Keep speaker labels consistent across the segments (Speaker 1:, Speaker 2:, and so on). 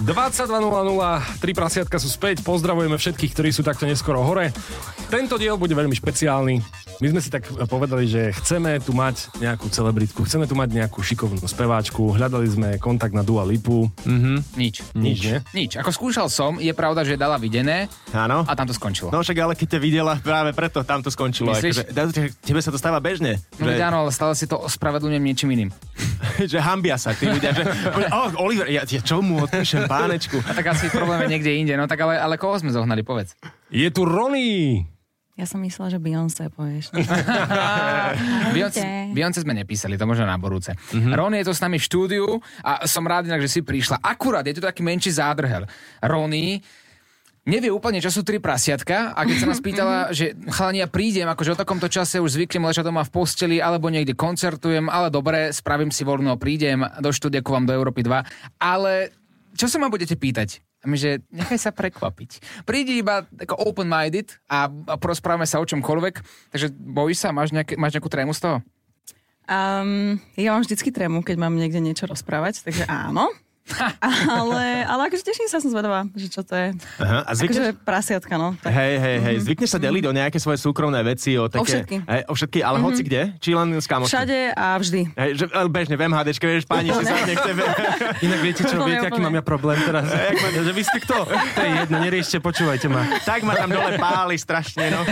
Speaker 1: 22.00, tri prasiatka sú späť, pozdravujeme všetkých, ktorí sú takto neskoro hore. Tento diel bude veľmi špeciálny. My sme si tak povedali, že chceme tu mať nejakú celebritku, chceme tu mať nejakú šikovnú speváčku, hľadali sme kontakt na Dua Lipu,
Speaker 2: Nič.
Speaker 1: nič, nie?
Speaker 2: Nič. Ako skúšal som, je pravda, že dala videné
Speaker 3: Áno.
Speaker 2: a tam to skončilo.
Speaker 3: No však ale keď ťa videla práve preto, tam to skončilo. Akože,
Speaker 2: Myslíš?
Speaker 3: da- že tebe sa to stáva bežne,
Speaker 2: No
Speaker 3: že,
Speaker 2: veď áno, ale stále si to ospravedlňujem niečím iným.
Speaker 3: že hambia sa tí ľudia. Že, oh, Oliver, ja, ja čo mu odpíšem pánečku?
Speaker 2: A tak asi problém je niekde inde. No tak ale, ale koho sme zohnali, povedz.
Speaker 1: Je tu Rony!
Speaker 4: Ja som myslela, že Beyoncé povieš.
Speaker 2: Beyoncé, Beyoncé sme nepísali, to možno na borúce.
Speaker 3: Mhm.
Speaker 2: Mm-hmm. Rony je to s nami v štúdiu a som rád inak, že si prišla. Akurát je tu taký menší zádrhel. Rony nevie úplne, čo sú tri prasiatka a keď sa nás pýtala, že chalani, ja prídem, akože o takomto čase už zvyknem ležať doma v posteli alebo niekde koncertujem, ale dobre, spravím si voľno, prídem do štúdia ku vám do Európy 2, ale čo sa ma budete pýtať? A my, že nechaj sa prekvapiť. Prídi iba ako open-minded a, a porozprávame sa o čomkoľvek. Takže bojíš sa? Máš, nejaké, máš nejakú trému z toho?
Speaker 4: Um, ja mám vždycky trému, keď mám niekde niečo rozprávať, takže áno. ale, ale akože teším sa, som zvedavá, že čo to je.
Speaker 3: Aha, a zvykneš...
Speaker 4: Akože prasiatka, no. Tak.
Speaker 3: Hej, hej, hej, zvykneš sa deliť o nejaké svoje súkromné veci, o také...
Speaker 4: všetky.
Speaker 3: Hej, o všetky, ale hoci kde? Či len s kamošmi?
Speaker 4: Všade a vždy.
Speaker 3: Hej, že, ale bežne, v MHDčke, vieš, páni, si sa nechce...
Speaker 1: Inak viete čo,
Speaker 4: Úplne,
Speaker 1: viete, aký
Speaker 4: úplne.
Speaker 1: mám ja problém teraz? že vy ste kto? To je jedno, neriešte, počúvajte ma.
Speaker 3: tak ma tam dole páli strašne, no.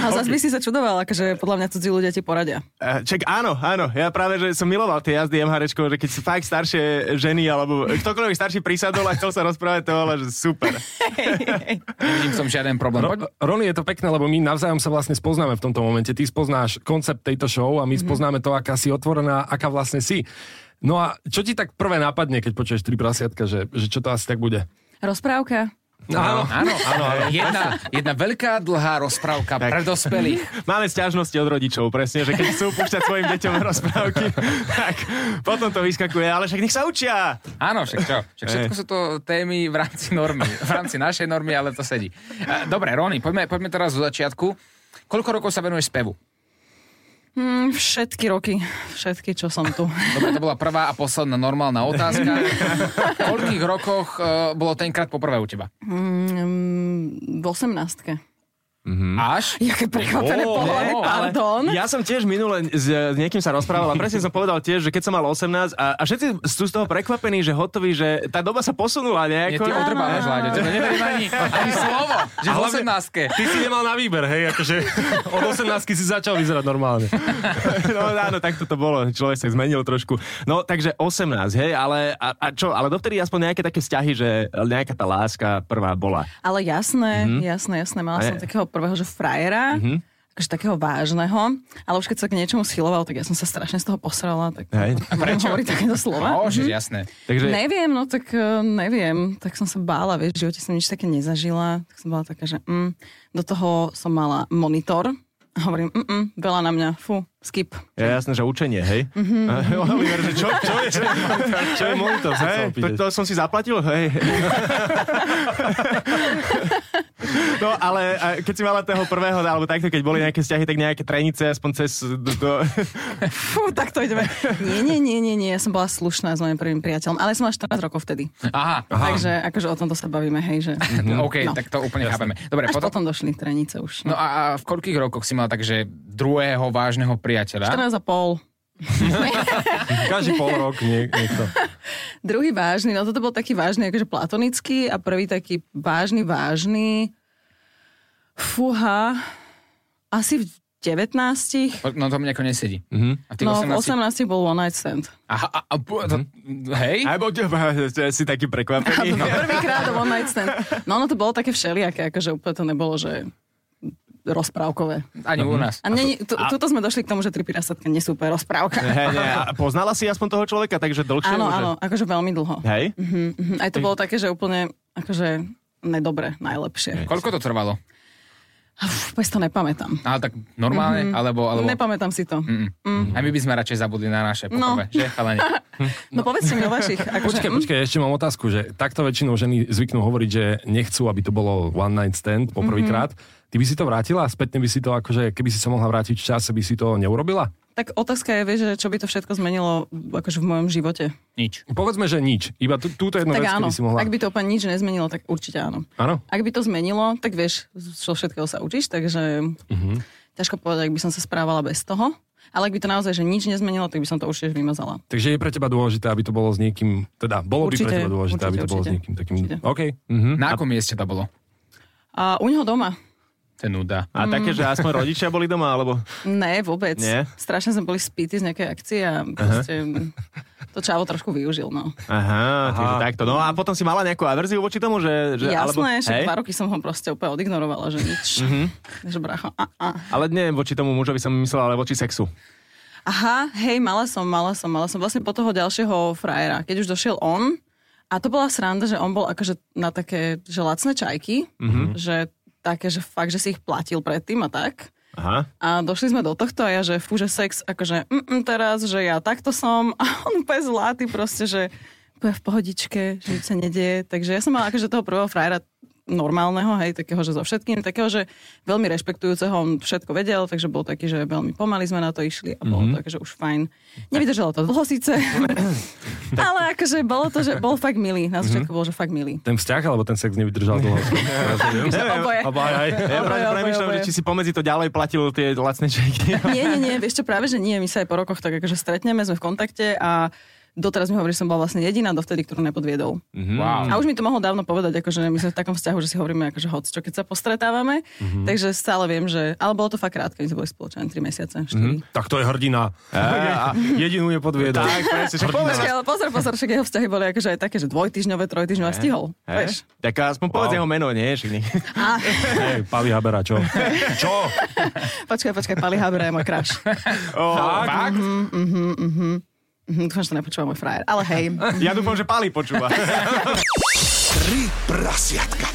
Speaker 4: A zase by si sa čudoval, akože podľa mňa cudzí ľudia ti poradia.
Speaker 3: Eh, Čak, áno, áno. Ja práve, že som miloval tie jazdy MHDčko, že keď sú fakt staršie ženy, alebo ktokoľvek starší prisadol a chcel sa rozprávať, to bolo, že super.
Speaker 2: Nevidím som žiaden problém. Poď,
Speaker 1: Ro- No, eh, Rony, je to pekné, lebo my navzájom sa vlastne spoznáme v tomto momente. Ty spoznáš koncept tejto show a my
Speaker 4: Mhm.
Speaker 1: mm-hmm. spoznáme to, aká si otvorená, aká vlastne si. No a čo ti tak prvé nápadne, keď počuješ tri prasiatka, že, že čo to asi tak bude?
Speaker 4: Rozprávka.
Speaker 2: áno, áno, áno, áno. Jedna, jedna veľká dlhá rozprávka tak. pre dospelých.
Speaker 3: Máme sťažnosti od rodičov, presne, že keď chcú púšťať svojim deťom rozprávky, tak potom to vyskakuje, ale však nech sa učia.
Speaker 2: Áno, však čo? Však všetko sú to témy v rámci normy. V rámci našej normy, ale to sedí. E, Dobre, Rony, poďme, poďme teraz zo začiatku. Koľko rokov sa venuješ spevu?
Speaker 4: Mm, všetky roky, všetky, čo som tu.
Speaker 2: Dobre, to bola prvá a posledná normálna otázka. V koľkých rokoch uh, bolo tenkrát poprvé u teba?
Speaker 4: Mm, v 18.
Speaker 2: Až?
Speaker 4: Jaké prekvapené
Speaker 3: Ó,
Speaker 4: pohľady,
Speaker 2: no, ale
Speaker 4: pardon.
Speaker 3: Ja som tiež minule s e, s niekým sa rozprával a presne som povedal tiež, že keď som mal 18 a, a všetci sú z toho prekvapení, že hotoví, že tá doba sa posunula
Speaker 2: Nie,
Speaker 3: nejako.
Speaker 2: ty odrbávaš, Láďo, tebe neverím ani, ani slovo, že v
Speaker 1: Ale-
Speaker 2: 18
Speaker 1: Ty si nemal na výber, hej, akože od 18 si začal vyzerať normálne.
Speaker 3: No áno, takto to bolo. Človek sa zmenil trošku. No takže 18, hej, ale, a, a čo, ale dovtedy aspoň nejaké také vzťahy, že nejaká tá láska prvá bola.
Speaker 4: Ale jasné, mm-hmm. jasné, jasné. Mala
Speaker 3: Mhm. A Mhm. je-
Speaker 4: som takého prvého, že frajera, mm-hmm. akože takého vážneho, ale už keď sa k niečomu siloval, tak ja som sa strašne z toho posrala. Tak
Speaker 3: Hej.
Speaker 4: Prečo? Hovorí takéto slova. Mhm.
Speaker 2: Môžeš, jasné.
Speaker 3: Takže
Speaker 4: Neviem, no tak eh, neviem. Tak som sa bála, vieš, v živote som nič také nezažila. Tak som bola taká, že mm. do toho som mala monitor. A hovorím, mm, mm, veľa na mňa, fú, skip.
Speaker 3: je jasné, že učenie, hej. Mm-hmm. Oliver, že čo, čo je, čo je monitor?
Speaker 1: sa chcel
Speaker 3: Hej, to,
Speaker 1: opýtať.
Speaker 3: to som si zaplatil, hej. No ale a keď si mala toho prvého, alebo takto, keď boli nejaké vzťahy, tak nejaké trenice, aspoň cez... Do, do...
Speaker 4: Fú, tak to ideme. Nie, nie, nie, nie, nie, ja som bola slušná s mojim prvým priateľom, ale som mala 14 rokov vtedy.
Speaker 2: Aha,
Speaker 4: Takže akože o tomto sa bavíme, hej, že...
Speaker 2: OK,
Speaker 4: No.
Speaker 2: tak to úplne chápeme. Dobre,
Speaker 4: Až
Speaker 2: potom,
Speaker 4: potom došli trenice už.
Speaker 2: No a, a v koľkých rokoch si mal takže druhého vážneho priateľa?
Speaker 4: 14 a pol.
Speaker 1: Každý pol rok nie, niekto.
Speaker 4: Druhý vážny, no toto bol taký vážny, akože platonický a prvý taký vážny, vážny. Fúha, asi v 19.
Speaker 2: Po- No to mi nejako nesedí. A ty
Speaker 4: No v
Speaker 2: 18...
Speaker 4: 18 bol one night stand.
Speaker 2: Aha, a, a, bu- to, hej?
Speaker 3: Alebo si taký prekvapený.
Speaker 4: Prvýkrát o one night stand. No ono to bolo také všelijaké, akože úplne to nebolo, že rozprávkové.
Speaker 2: Ani u nás.
Speaker 4: A, neni, tu, tuto sme došli k tomu, že tri pirasátka nie sú úplne rozprávka.
Speaker 3: Hej, ne, a poznala si aspoň toho človeka, takže dlhšie
Speaker 4: Áno,
Speaker 3: už?
Speaker 4: áno, akože veľmi dlho.
Speaker 3: Hej?
Speaker 4: Mhm, Aj to bolo také, že úplne akože nedobre, najlepšie.
Speaker 2: Koľko to trvalo?
Speaker 4: Uf, Vôbec to nepamätám.
Speaker 2: No, Ale tak normálne,
Speaker 4: Mhm.
Speaker 2: mm-hmm. alebo... alebo...
Speaker 4: Nepamätám si to.
Speaker 2: Mm.
Speaker 4: mhm.
Speaker 2: A my by sme radšej zabudli na naše poprvé. No. Že, chalani?
Speaker 4: No povedzte mi o vašich. Akože,
Speaker 1: Počkaj, počkaj, ešte mám otázku, že takto väčšinou ženy zvyknú hovoriť, že nechcú, aby to bolo one night stand
Speaker 4: Mhm.
Speaker 1: poprvýkrát. Mm-hmm. Ty by si to vrátila? Spätne by si to akože, keby si sa mohla vrátiť v čase, by si to neurobila?
Speaker 4: tak otázka je, vieš, že čo by to všetko zmenilo akože v mojom živote.
Speaker 2: Nič.
Speaker 1: Povedzme, že nič. Iba tú, túto jednu
Speaker 4: tak
Speaker 1: vec,
Speaker 4: áno,
Speaker 1: keby si mohla...
Speaker 4: ak by to úplne nič nezmenilo, tak určite áno.
Speaker 1: Áno?
Speaker 4: Ak by to zmenilo, tak vieš, čo všetkého sa učíš, takže mm-hmm. ťažko povedať, ak by som sa správala bez toho. Ale ak by to naozaj že nič nezmenilo, tak by som to určite vymazala.
Speaker 1: Takže je pre teba dôležité, aby to bolo s niekým... Teda, bolo by
Speaker 4: Určite,
Speaker 1: pre teba dôležité, aby to
Speaker 4: určite,
Speaker 1: bolo s
Speaker 4: určite.
Speaker 1: niekým takým...
Speaker 4: Určite.
Speaker 1: OK. Mhm.
Speaker 2: Na akom mieste to bolo?
Speaker 4: A u neho doma?
Speaker 2: To je nuda.
Speaker 3: A také, že aspoň rodičia boli doma, alebo...
Speaker 4: Ne, vôbec.
Speaker 3: Nie?
Speaker 4: Strašne sme boli spíti z nejakej akcie a proste to čavo trošku využil, no.
Speaker 3: Aha, Aha. takže takto. No a potom si mala nejakú averziu voči tomu, že... že alebo,
Speaker 4: Jasné, však
Speaker 3: hej? Mhm.
Speaker 4: dva roky som ho proste úplne odignorovala, že nič. že bracho, a, a.
Speaker 3: Ale nie voči tomu mužovi som myslela, ale voči sexu.
Speaker 4: Aha, hej, mala som, mala som, mala som. Vlastne po toho ďalšieho frajera, keď už došiel on, a to bola sranda, že on bol akože na také, že lacné čajky,
Speaker 3: Mhm.
Speaker 4: mm-hmm. že také, že fakt, že si ich platil predtým a tak.
Speaker 3: Aha.
Speaker 4: A došli sme do tohto a ja, že fú, že sex, akože mm, mm, teraz, že ja takto som a on úplne zlatý proste, že úplne v pohodičke, že nič sa nedieje. Takže ja som mala akože toho prvého frajera normálneho, hej, takého, že so všetkým, takého, že veľmi rešpektujúceho, on všetko vedel, takže bol taký, že veľmi pomaly sme na to išli a bolo mm-hmm. to akože už fajn. Nevydržalo to dlho síce, ale akože bolo to, že bol fakt milý, na začiatku bol, že fakt milý.
Speaker 1: Ten vzťah alebo ten sex nevydržal dlho?
Speaker 4: Takže oboje.
Speaker 3: Aj, ja práve
Speaker 4: oboje,
Speaker 3: premýšľam, že
Speaker 4: oboje.
Speaker 3: či si pomedzi to ďalej platil tie lacné čeky.
Speaker 4: Nie, nie, nie, vieš čo, práve, že nie, my sa aj po rokoch tak akože stretneme, sme v kontakte a doteraz mi hovorí, že som bola vlastne jediná dovtedy, ktorú nepodviedol.
Speaker 3: Mhm.
Speaker 2: Wow.
Speaker 4: A už mi to mohol dávno povedať, akože my sme v takom vzťahu, že si hovoríme akože hoc, čo keď sa postretávame,
Speaker 3: Mhm.
Speaker 4: takže stále viem, že, ale bolo to fakt krátke, my sme boli spoločné 3 mesiace,
Speaker 3: Mhm.
Speaker 4: 4. Mm-hmm.
Speaker 1: tak to je hrdina.
Speaker 3: Á,
Speaker 1: Jedinú nepodviedol.
Speaker 3: Tak, presne, však povedz.
Speaker 4: Ale pozor, pozor, však jeho vzťahy boli akože aj také, že dvojtyžňové, trojtyžňové a stihol.
Speaker 3: Hej?
Speaker 4: Vieš.
Speaker 3: Tak aspoň povedz jeho meno, nie? Však nie.
Speaker 1: Hej, Pavi Habera, čo? čo?
Speaker 4: Počkaj, počkaj, Pali Haber je môj kraš.
Speaker 3: Fakt?
Speaker 4: Mhm, Dúfam, že to nepočúva môj frajer, ale hej.
Speaker 3: Ja dúfam, že Pali počúva.
Speaker 5: Tri prasiatka.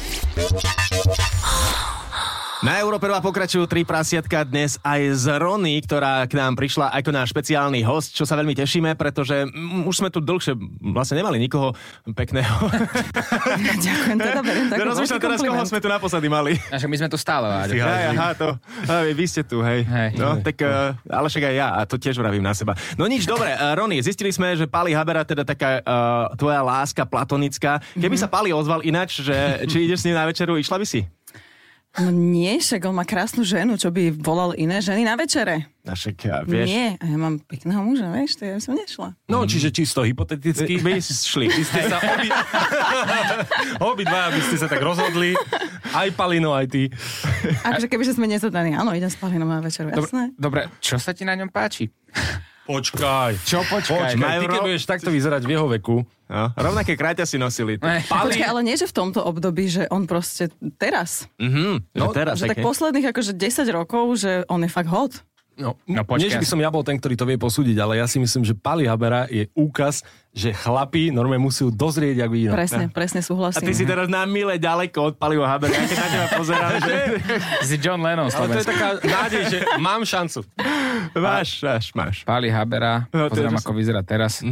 Speaker 3: Na Európe 2 pokračujú tri prasiatka dnes aj z Rony, ktorá k nám prišla ako náš špeciálny host, čo sa veľmi tešíme, pretože mm, už sme tu dlhšie vlastne nemali nikoho pekného.
Speaker 4: Ďakujem, teda beriem takú
Speaker 3: Rozmýšľam
Speaker 4: veľký
Speaker 3: teraz, koho
Speaker 4: kompliment.
Speaker 3: sme tu naposledy mali.
Speaker 2: A No, však my sme to stále, Láďo.
Speaker 3: Aj, aha, to, aj, vy ste tu, hej.
Speaker 2: Hej.
Speaker 3: No, tak, eh, ale však aj ja, a to tiež vravím na seba. No nič, dobre, eh, Rony, zistili sme, že Pali Habera, teda taká eh, tvoja láska platonická. Keby sa Pali ozval ináč, že či ideš s ním na večeru, išla by si?
Speaker 4: No nie, však on má krásnu ženu, čo by volal iné ženy na večere.
Speaker 3: Našek, No, vieš.
Speaker 4: Nie, a ja mám pekného muža, vieš, to ja by som nešla.
Speaker 1: No, čiže čisto hypoteticky.
Speaker 3: By šli.
Speaker 1: Vy ste sa obi... obidva, aby ste sa tak rozhodli. Aj Palino, aj ty.
Speaker 4: Akože keby sme nezadaní, áno, idem s Palinom na večeru, jasné.
Speaker 2: Dobre, čo sa ti na ňom páči?
Speaker 1: Počkaj.
Speaker 2: Čo počkaj?
Speaker 1: Počkaj, ty keď budeš takto vyzerať v jeho veku.
Speaker 3: No, rovnaké kráťa si nosili.
Speaker 2: Ne.
Speaker 4: Počkaj, ale nie, že v tomto období, že on proste teraz,
Speaker 3: Mhm, no, že teraz,
Speaker 4: že tak posledných akože 10 rokov, že on je fakt hot.
Speaker 1: No,
Speaker 2: No, počkaj.
Speaker 1: Nie, že by som ja bol ten, ktorý to vie posúdiť, ale ja si myslím, že Pali Habera je úkaz, že chlapi normálne musí dozrieť, ak vidí. No.
Speaker 4: Presne, presne
Speaker 3: No, a ty si
Speaker 4: súhlasím.
Speaker 3: teraz na mile ďaleko od Paliho Habera, ja keď na teba pozerám, že
Speaker 2: Si John
Speaker 1: Ale to
Speaker 2: Lennon
Speaker 1: je
Speaker 2: slovenský.
Speaker 1: taká nádej, že mám šancu.
Speaker 3: máš, máš, máš.
Speaker 2: Pali Habera,
Speaker 3: No, to je
Speaker 2: pozerám,
Speaker 3: to-
Speaker 2: ako vyzerá teraz.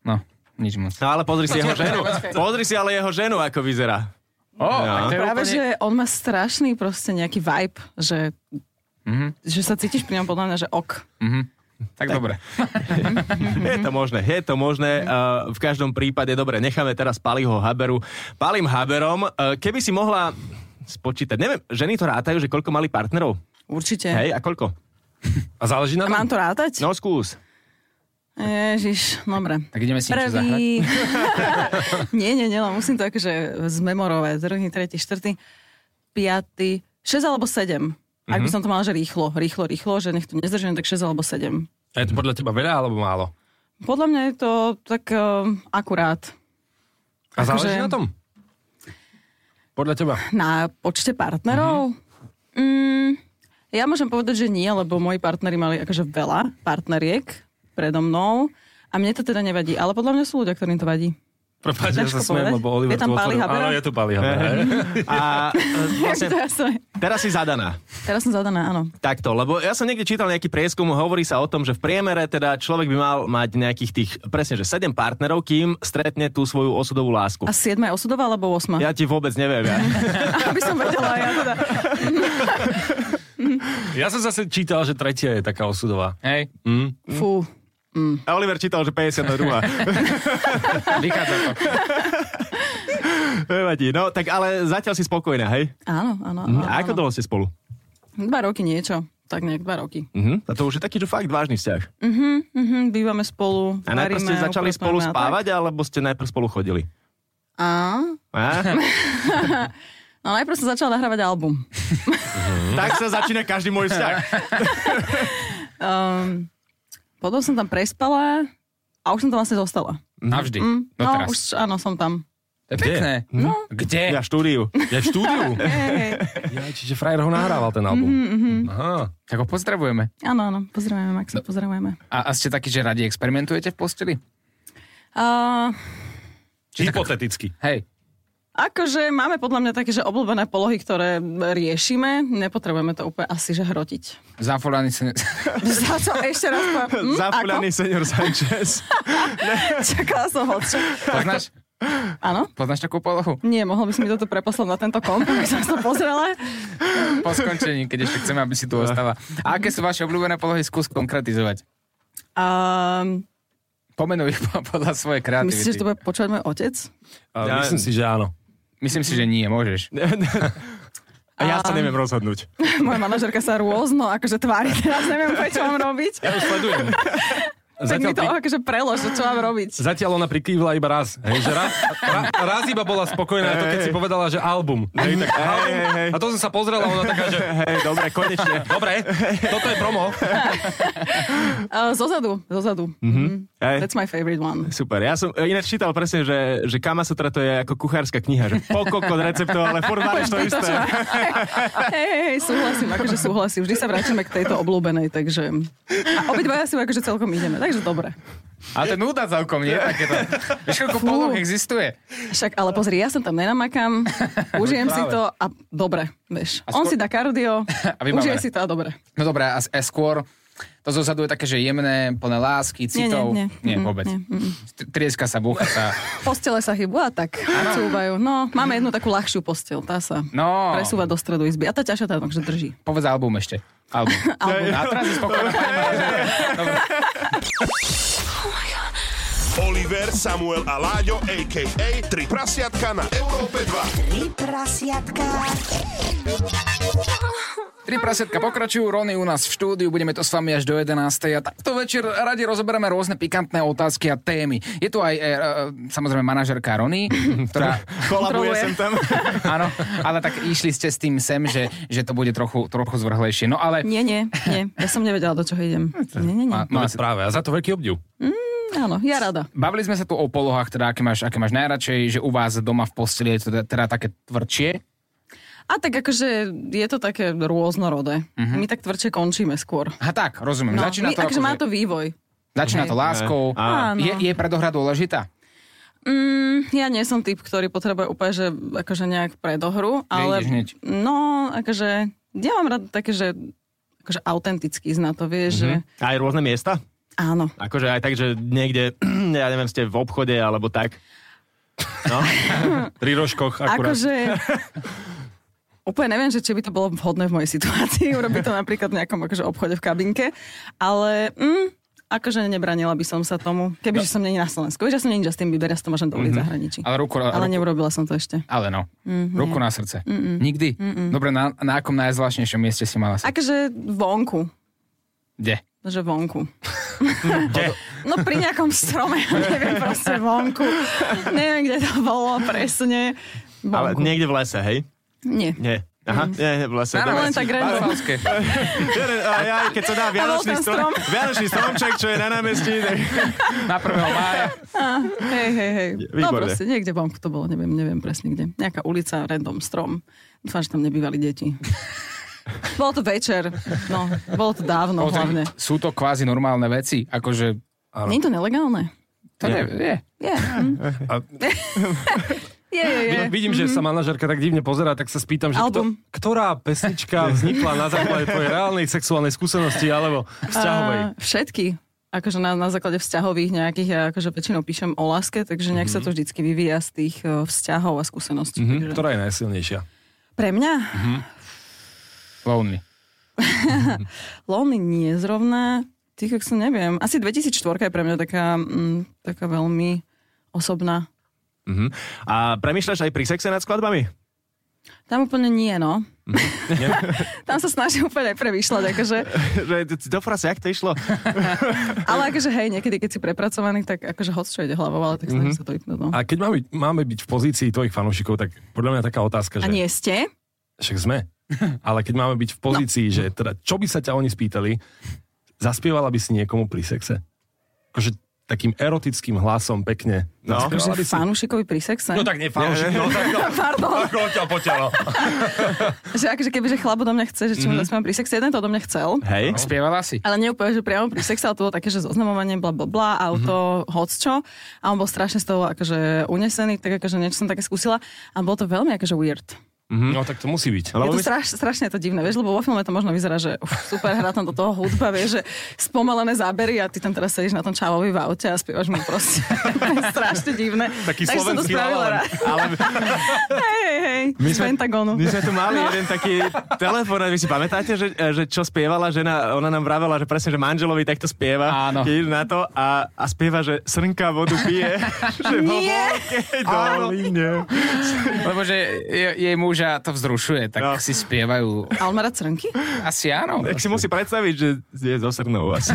Speaker 2: No, nič moc.
Speaker 3: No ale pozri si jeho ženu. Pozri si ale jeho ženu, ako vyzerá.
Speaker 2: Ó, tak to je
Speaker 4: Práve,
Speaker 2: úplne-
Speaker 4: že on má strašný proste nejaký vibe, že,
Speaker 3: Mhm.
Speaker 4: že sa cítiš pri ňom podľa mňa, že ok.
Speaker 2: Tak dobre.
Speaker 3: Je to možné, je to možné. Uh, v každom prípade, dobre, necháme teraz Paliho Haberu. Palim Haberom, uh, keby si mohla spočítať, neviem, ženy to rátajú, že koľko mali partnerov?
Speaker 4: Určite.
Speaker 3: Hej, a koľko?
Speaker 1: A záleží na
Speaker 4: A mám to rátať?
Speaker 3: No skús.
Speaker 4: Ježiš, dobre.
Speaker 2: Tak ideme si niečo zahrať.
Speaker 4: Prvý... nie, nie, nie, len musím to akože zmemorovať. Druhý, tretí, štvrtý, piatý, šesť alebo sedem. Ak
Speaker 2: Mhm.
Speaker 4: by som to mala, že rýchlo, rýchlo, rýchlo, že nech to nezdržujem, tak 6 alebo 7.
Speaker 1: A je to podľa teba veľa alebo málo?
Speaker 4: Podľa mňa je to tak uh, akurát
Speaker 1: A
Speaker 4: Akože-
Speaker 1: záleží na tom? Podľa teba.
Speaker 4: na počte partnerov.
Speaker 2: Mhm.
Speaker 4: Mm, ja môžem povedať, že nie, lebo moji partneri mali akože veľa partneriek predo mnou a mne to teda nevadí, ale podľa mňa sú ľudia, ktorým to vadí.
Speaker 1: Prepáč, ja
Speaker 4: Dáš
Speaker 1: sa
Speaker 4: to
Speaker 1: smiem,
Speaker 4: povedať?
Speaker 1: lebo Oliver
Speaker 4: Je tam
Speaker 1: tu
Speaker 4: Pali
Speaker 1: otvoril-
Speaker 4: Habera?
Speaker 1: Áno, je tu Pali Habera. hej.
Speaker 3: A e, vlastne,
Speaker 4: Teraz, som-
Speaker 3: teraz si zadaná.
Speaker 4: teraz som zadaná, áno.
Speaker 3: Takto, lebo ja som niekde čítal nejaký prieskum, hovorí sa o tom, že v priemere teda človek by mal mať nejakých tých, presne, že 7 partnerov, kým stretne tú svoju osudovú lásku.
Speaker 4: A siedma je osudová alebo osma?
Speaker 3: Ja ti vôbec neviem. Ja.
Speaker 4: Aby som vedela, ja teda.
Speaker 1: Ja som zase čítal, že tretia je taká osudová.
Speaker 2: Hej,
Speaker 4: Fú.
Speaker 3: A Oliver čítal, že 52.
Speaker 2: vychádza to.
Speaker 3: Nevadí. No, tak ale zatiaľ si spokojná, hej?
Speaker 4: Áno, áno. áno,
Speaker 3: A Mm, ako
Speaker 4: Mhm. áno.
Speaker 3: dlho ste spolu?
Speaker 4: Dva roky niečo. Tak nejak dva roky.
Speaker 3: Mhm. A to už je taký, že fakt vážny vzťah.
Speaker 4: Mhm, bývame spolu,
Speaker 3: A najprv ste
Speaker 4: varíme,
Speaker 3: začali
Speaker 4: upratujeme
Speaker 3: spolu
Speaker 4: a tak.
Speaker 3: spávať, alebo ste najprv spolu chodili?
Speaker 4: A,
Speaker 3: A?
Speaker 4: no najprv som začala nahrávať album.
Speaker 3: tak sa začína každý môj vzťah.
Speaker 4: Um, potom som tam prespala a už som tam vlastne zostala.
Speaker 2: Navždy.
Speaker 4: Mm, no
Speaker 2: Doteraz.
Speaker 4: už, áno, som tam.
Speaker 2: To je pekné.
Speaker 4: No.
Speaker 2: Mhm. Kde?
Speaker 3: Ja štúdiu.
Speaker 1: Ja v štúdiu.
Speaker 4: Hej, hej.
Speaker 1: Ja, čiže frajer ho nahrával ten
Speaker 4: Mhm.
Speaker 1: album. Aha.
Speaker 2: Tak ho pozdravujeme.
Speaker 4: Áno, áno, pozdravujeme,
Speaker 3: No.
Speaker 4: Maxa, pozdravujeme.
Speaker 2: A, a ste takí, že radi experimentujete v posteli?
Speaker 4: Uh,
Speaker 1: Hypoteticky.
Speaker 2: Hej.
Speaker 4: akože máme podľa mňa také, že obľúbené polohy, ktoré riešime, nepotrebujeme to úplne asi, že hrotiť.
Speaker 2: Zafolaný sa... Ne...
Speaker 4: Za to ešte raz poviem. Hm,
Speaker 3: Zafúľaný senior Sanchez.
Speaker 4: ako? Čakala som ho. čo-
Speaker 2: Poznáš,
Speaker 4: Áno?
Speaker 2: poznáš takú polohu?
Speaker 4: Nie, mohol by som mi toto preposlať na tento komp, aby som sa pozrela.
Speaker 2: Po skončení, keď ešte chceme, aby si tu ostala. A aké sú vaše obľúbené polohy? Skús konkretizovať.
Speaker 4: Um,
Speaker 2: Pomenuj ich po- podľa svojej
Speaker 4: myslíš, že to
Speaker 2: kreativity.
Speaker 4: bude počúvať môj otec?
Speaker 1: A
Speaker 3: Ja-
Speaker 1: Myslím si, že áno.
Speaker 2: Myslím si, že nie, môžeš.
Speaker 3: A ja sa neviem rozhodnúť.
Speaker 4: Moja manažerka sa rôzno akože tvári teraz, neviem, úplne, čo mám robiť.
Speaker 1: Sledujem.
Speaker 4: Tak
Speaker 1: Zatiaľ,
Speaker 4: mi to
Speaker 1: pri,
Speaker 4: akože prelož, že čo mám robiť.
Speaker 1: zatiaľ ona prikývla iba raz. Hej, že raz, ra, raz iba bola spokojná, to keď si povedala, že album. Hej, tak,
Speaker 3: Hej, hej, hej.
Speaker 1: a to som sa pozrela, ona taká, že
Speaker 3: Hej, dobre, konečne.
Speaker 1: dobre, toto je promo.
Speaker 4: Uh, zozadu, zozadu. Mm-hmm.
Speaker 3: Mhm. Hej.
Speaker 4: That's my favorite one.
Speaker 3: Super, ja som e, ináč čítal presne, že, že Kama Sutra to je ako kuchárska kniha, že pokokot receptov, ale furt máš to isté.
Speaker 4: Hej, hej, hej, súhlasím, akože súhlasím. Vždy sa vrátime k tejto obľúbenej, takže... A obidvaja si akože celkom ideme, takže dobre.
Speaker 2: A to je núda celkom, nie? Takéto. Vieš, koľko poloh existuje?
Speaker 4: Však, ale pozri, ja sa tam nenamakám, užijem si to a dobre, vieš. On
Speaker 2: skôr-
Speaker 4: si dá kardio,
Speaker 2: A vybavené.
Speaker 4: užije si to a dobre.
Speaker 2: No dobré, a, s- a skôr to zozadu je také, že jemné, plné lásky,
Speaker 4: Nie, nie,
Speaker 2: citov.
Speaker 4: nie.
Speaker 2: nie
Speaker 4: Mm,
Speaker 2: vôbec.
Speaker 4: nie,
Speaker 2: Tr- Trieska sa, búcha sa.
Speaker 4: Postele sa chybu a tak odsúvajú. No, máme jednu takú ľahšiu postel, tá sa
Speaker 2: No.
Speaker 4: presúva do stredu izby. A tá ťažšia tá takže drží.
Speaker 2: Povedz album ešte. Album.
Speaker 4: Album.
Speaker 2: A teraz je spokojná. pani manažerka. Dobre.
Speaker 6: Oliver, Samuel a Láďo, a.k.a. Tri prasiatka na Európe 2.
Speaker 7: Tri prasiatka.
Speaker 2: Tri prasiatka pokračujú, Rony u nás v štúdiu, budeme to s vami až do 11. A takto večer radi rozobereme rôzne pikantné otázky a témy. Je tu aj e, e, samozrejme manažerka Rony, ktorá...
Speaker 3: Kolabuje
Speaker 4: Kontroluje.
Speaker 3: sem tam.
Speaker 2: Áno, ale tak išli ste s tým sem, že, že to bude trochu, trochu zvrhlejšie. No ale...
Speaker 4: Nie, nie, nie. Ja som nevedela, do čoho idem. Nie, nie, nie.
Speaker 2: Má-
Speaker 1: No
Speaker 2: má-
Speaker 1: práve, a za to veľký obdiv.
Speaker 4: Áno, ja rada.
Speaker 2: Bavili sme sa tu o polohách, teda aké máš, aké máš najradšej, že u vás doma v posteli je to teda, teda také tvrdšie.
Speaker 4: A tak akože je to také rôznorodé. My tak tvrdšie končíme skôr.
Speaker 2: A tak, rozumiem.
Speaker 4: No,
Speaker 2: Mhm. začína
Speaker 4: my,
Speaker 2: to,
Speaker 4: akože
Speaker 2: akože-
Speaker 4: má to vývoj.
Speaker 2: začína to
Speaker 4: Hej.
Speaker 2: láskou.
Speaker 4: Áno.
Speaker 2: Je, je predohra dôležitá?
Speaker 4: Mm, ja nie som typ, ktorý potrebuje úplne, že akože nejak predohru, ale...
Speaker 2: ideš hneď.
Speaker 4: No, akože ja mám rada také, že akože autentický zna to, vieš, že
Speaker 3: Aj rôzne miesta?
Speaker 4: áno.
Speaker 3: Akože aj tak, že niekde, ja neviem, ste v obchode alebo tak.
Speaker 1: Pri rožkoch akurát.
Speaker 4: Akože... Úplne neviem, že či by to bolo vhodné v mojej situácii urobiť to napríklad v nejakom akože, obchode v kabinke, ale mm, akože nebranila by som sa tomu, keby že som není na Slovensku. Vieš, ja som není Justin Bieber, ja si to môžem dovoliť mm-hmm. zahraničí.
Speaker 2: Ale ruku,
Speaker 4: Ale Mhm.
Speaker 2: ruku
Speaker 4: neurobila som to ešte.
Speaker 2: Ale no, mm-hmm. ruku na srdce. Mm-mm. Nikdy? Mm-mm. Dobre, na, na akom najzvláštnejšom mieste si mala sa?
Speaker 4: Akože vonku.
Speaker 2: Kde?
Speaker 4: Že vonku. no pri nejakom strome, neviem, proste vonku. Neviem, kde to bolo presne.
Speaker 3: Ale
Speaker 4: Vonku.
Speaker 3: niekde v lese, hej?
Speaker 4: Nie.
Speaker 3: Nie. Aha, nie, nie, v lese.
Speaker 4: Mm. Áno,
Speaker 3: dobre.
Speaker 4: len tak random.
Speaker 2: Valské.
Speaker 3: Jeden, a ja, keď sa dá vianočný,
Speaker 4: tam
Speaker 3: strom,
Speaker 4: strom.
Speaker 3: vianočný stromček, čo je na námestí, tak...
Speaker 2: Na 1. mája.
Speaker 4: Hej, hej, hej. No
Speaker 3: Výborné.
Speaker 4: proste, niekde vonku to bolo, neviem, neviem presne kde. Nejaká ulica, random strom. Dúfam, že tam nebývali deti. bolo to večer, no, bolo to dávno
Speaker 2: Pozri,
Speaker 4: hlavne.
Speaker 2: Sú to kvázi normálne veci, akože
Speaker 4: Nie je to nelegálne?
Speaker 2: to To nie, nie.
Speaker 4: Je. hm.
Speaker 1: A-
Speaker 4: Je, je, je.
Speaker 1: Vid- Vidím, že sa manažerka tak divne pozerá, tak sa spýtam, že kto,
Speaker 4: Mhm. Album.
Speaker 1: ktorá pesnička vznikla na základe tvojej reálnej sexuálnej skúsenosti alebo vzťahovej?
Speaker 4: A Všetky. Akože na, na základe vzťahových nejakých, ja akože väčšinou píšem o láske, takže nejak sa to vždycky vyvíja z tých eh, vzťahov a
Speaker 1: Mhm,
Speaker 4: skúseností. Takže-
Speaker 1: Ktorá je najsilnejšia?
Speaker 4: Pre mňa?
Speaker 2: Lonely.
Speaker 4: Lonely nie zrovna. Tých, ak sa neviem. Asi 2004 je pre mňa taká, mm, taká veľmi osobná.
Speaker 3: Mhm. A premýšľaš aj pri sexe nad skladbami?
Speaker 4: Tam úplne nie, no.
Speaker 1: Mhm.
Speaker 4: Tam sa snažím úplne prevýšľať, akože.
Speaker 3: že d- do frase, jak to išlo?
Speaker 4: Ale akože hej, niekedy, keď si prepracovaný, tak akože hoc čo ide hlavou, ale tak snažím sa to vypnúť, no.
Speaker 1: Mhm. A keď máme, máme byť v pozícii tvojich fanúšikov, tak podľa mňa taká otázka, že
Speaker 4: A nie No. ste?
Speaker 1: však sme, ale keď máme byť v pozícii, že teda, čo by sa ťa oni spýtali, zaspievala by si niekomu pri sexe? Akože takým erotickým hlasom pekne.
Speaker 3: No.
Speaker 4: Akože
Speaker 1: Zaspievala by si?
Speaker 4: Fanúšikovi pri sexe?
Speaker 1: No tak nie, fanúšik, no tak no.
Speaker 4: Pardon.
Speaker 1: Ako ťa poťalo.
Speaker 4: Že akože kebyže chlap odo mňa
Speaker 3: Mhm.
Speaker 4: chce, že čo mm-hmm. zaspievam pri sexe, jeden to odo mňa chcel.
Speaker 3: Hej.
Speaker 2: Spievala si.
Speaker 4: Ale neúplne, že priamo pri sexe, ale to bolo také, že zoznamovanie, bla, bla, bla,
Speaker 3: Mhm.
Speaker 4: auto, mm-hmm. hocčo. A on bol strašne z toho akože unesený, tak akože niečo som také skúsila. A bolo to veľmi akože weird.
Speaker 3: Mhm.
Speaker 1: No tak to musí byť.
Speaker 3: Lebo
Speaker 4: je to
Speaker 3: my-
Speaker 4: straš, strašne je to divné, vieš, lebo vo filme to možno vyzerá, že uf, super, hrá tam do toho hudba, vieš, že spomalené zábery a ty tam teraz sedíš na tom čávovi v aute a spievaš mu proste. to je strašne divné.
Speaker 1: Taký
Speaker 4: Takže som to
Speaker 1: slovenský Lala
Speaker 4: spravila. rád. hej, hej, hej, z Pentagonu. No.
Speaker 3: My sme tu mali jeden taký telefón, a vy si pamätáte, že, že čo spievala žena, ona nám vravela, že presne, že manželovi takto spieva,
Speaker 2: Áno.
Speaker 3: keď idú na to a, a spieva, že srnka vodu pije. že vo
Speaker 4: Nie.
Speaker 3: volke doline.
Speaker 2: Lebo že je- jej muža to vzrušuje, tak
Speaker 3: No.
Speaker 2: si spievajú.
Speaker 4: A on má rád srnky?
Speaker 2: Asi áno.
Speaker 3: Tak si musí predstaviť, že je zo srnou asi.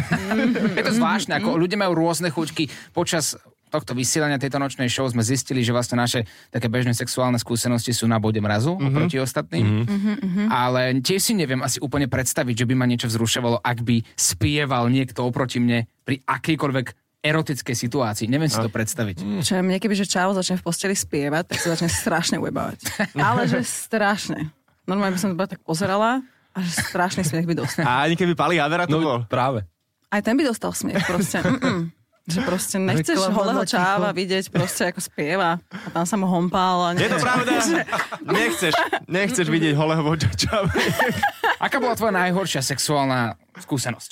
Speaker 2: Je to zvláštne, ako ľudia majú rôzne chuťky. Počas tohto vysielania tejto nočnej show sme zistili, že vlastne naše také bežné sexuálne skúsenosti sú na bode mrazu mm-hmm. oproti ostatným. Mm-hmm. Ale tiež si neviem asi úplne predstaviť, že by ma niečo vzrušovalo, ak by spieval niekto oproti mne pri akejkoľvek erotickej situácii. Neviem si to predstaviť.
Speaker 4: Čo ja mne keby, že čau začne v posteli spievať, tak sa začne strašne ujebávať. Ale že strašne. Normálne by som iba tak pozerala a že strašný smiech by dostal.
Speaker 3: A ani keby Pali Havera to bol.
Speaker 1: No práve.
Speaker 4: Aj ten by dostal smiech proste. Mm-mm. Že proste nechceš holého čáva vidieť proste ako spieva. A tam sa mu hompal. A
Speaker 3: Je to pravda? Nechceš, nechceš vidieť holého vočača.
Speaker 2: Aká bola tvoja najhoršia sexuálna skúsenosť?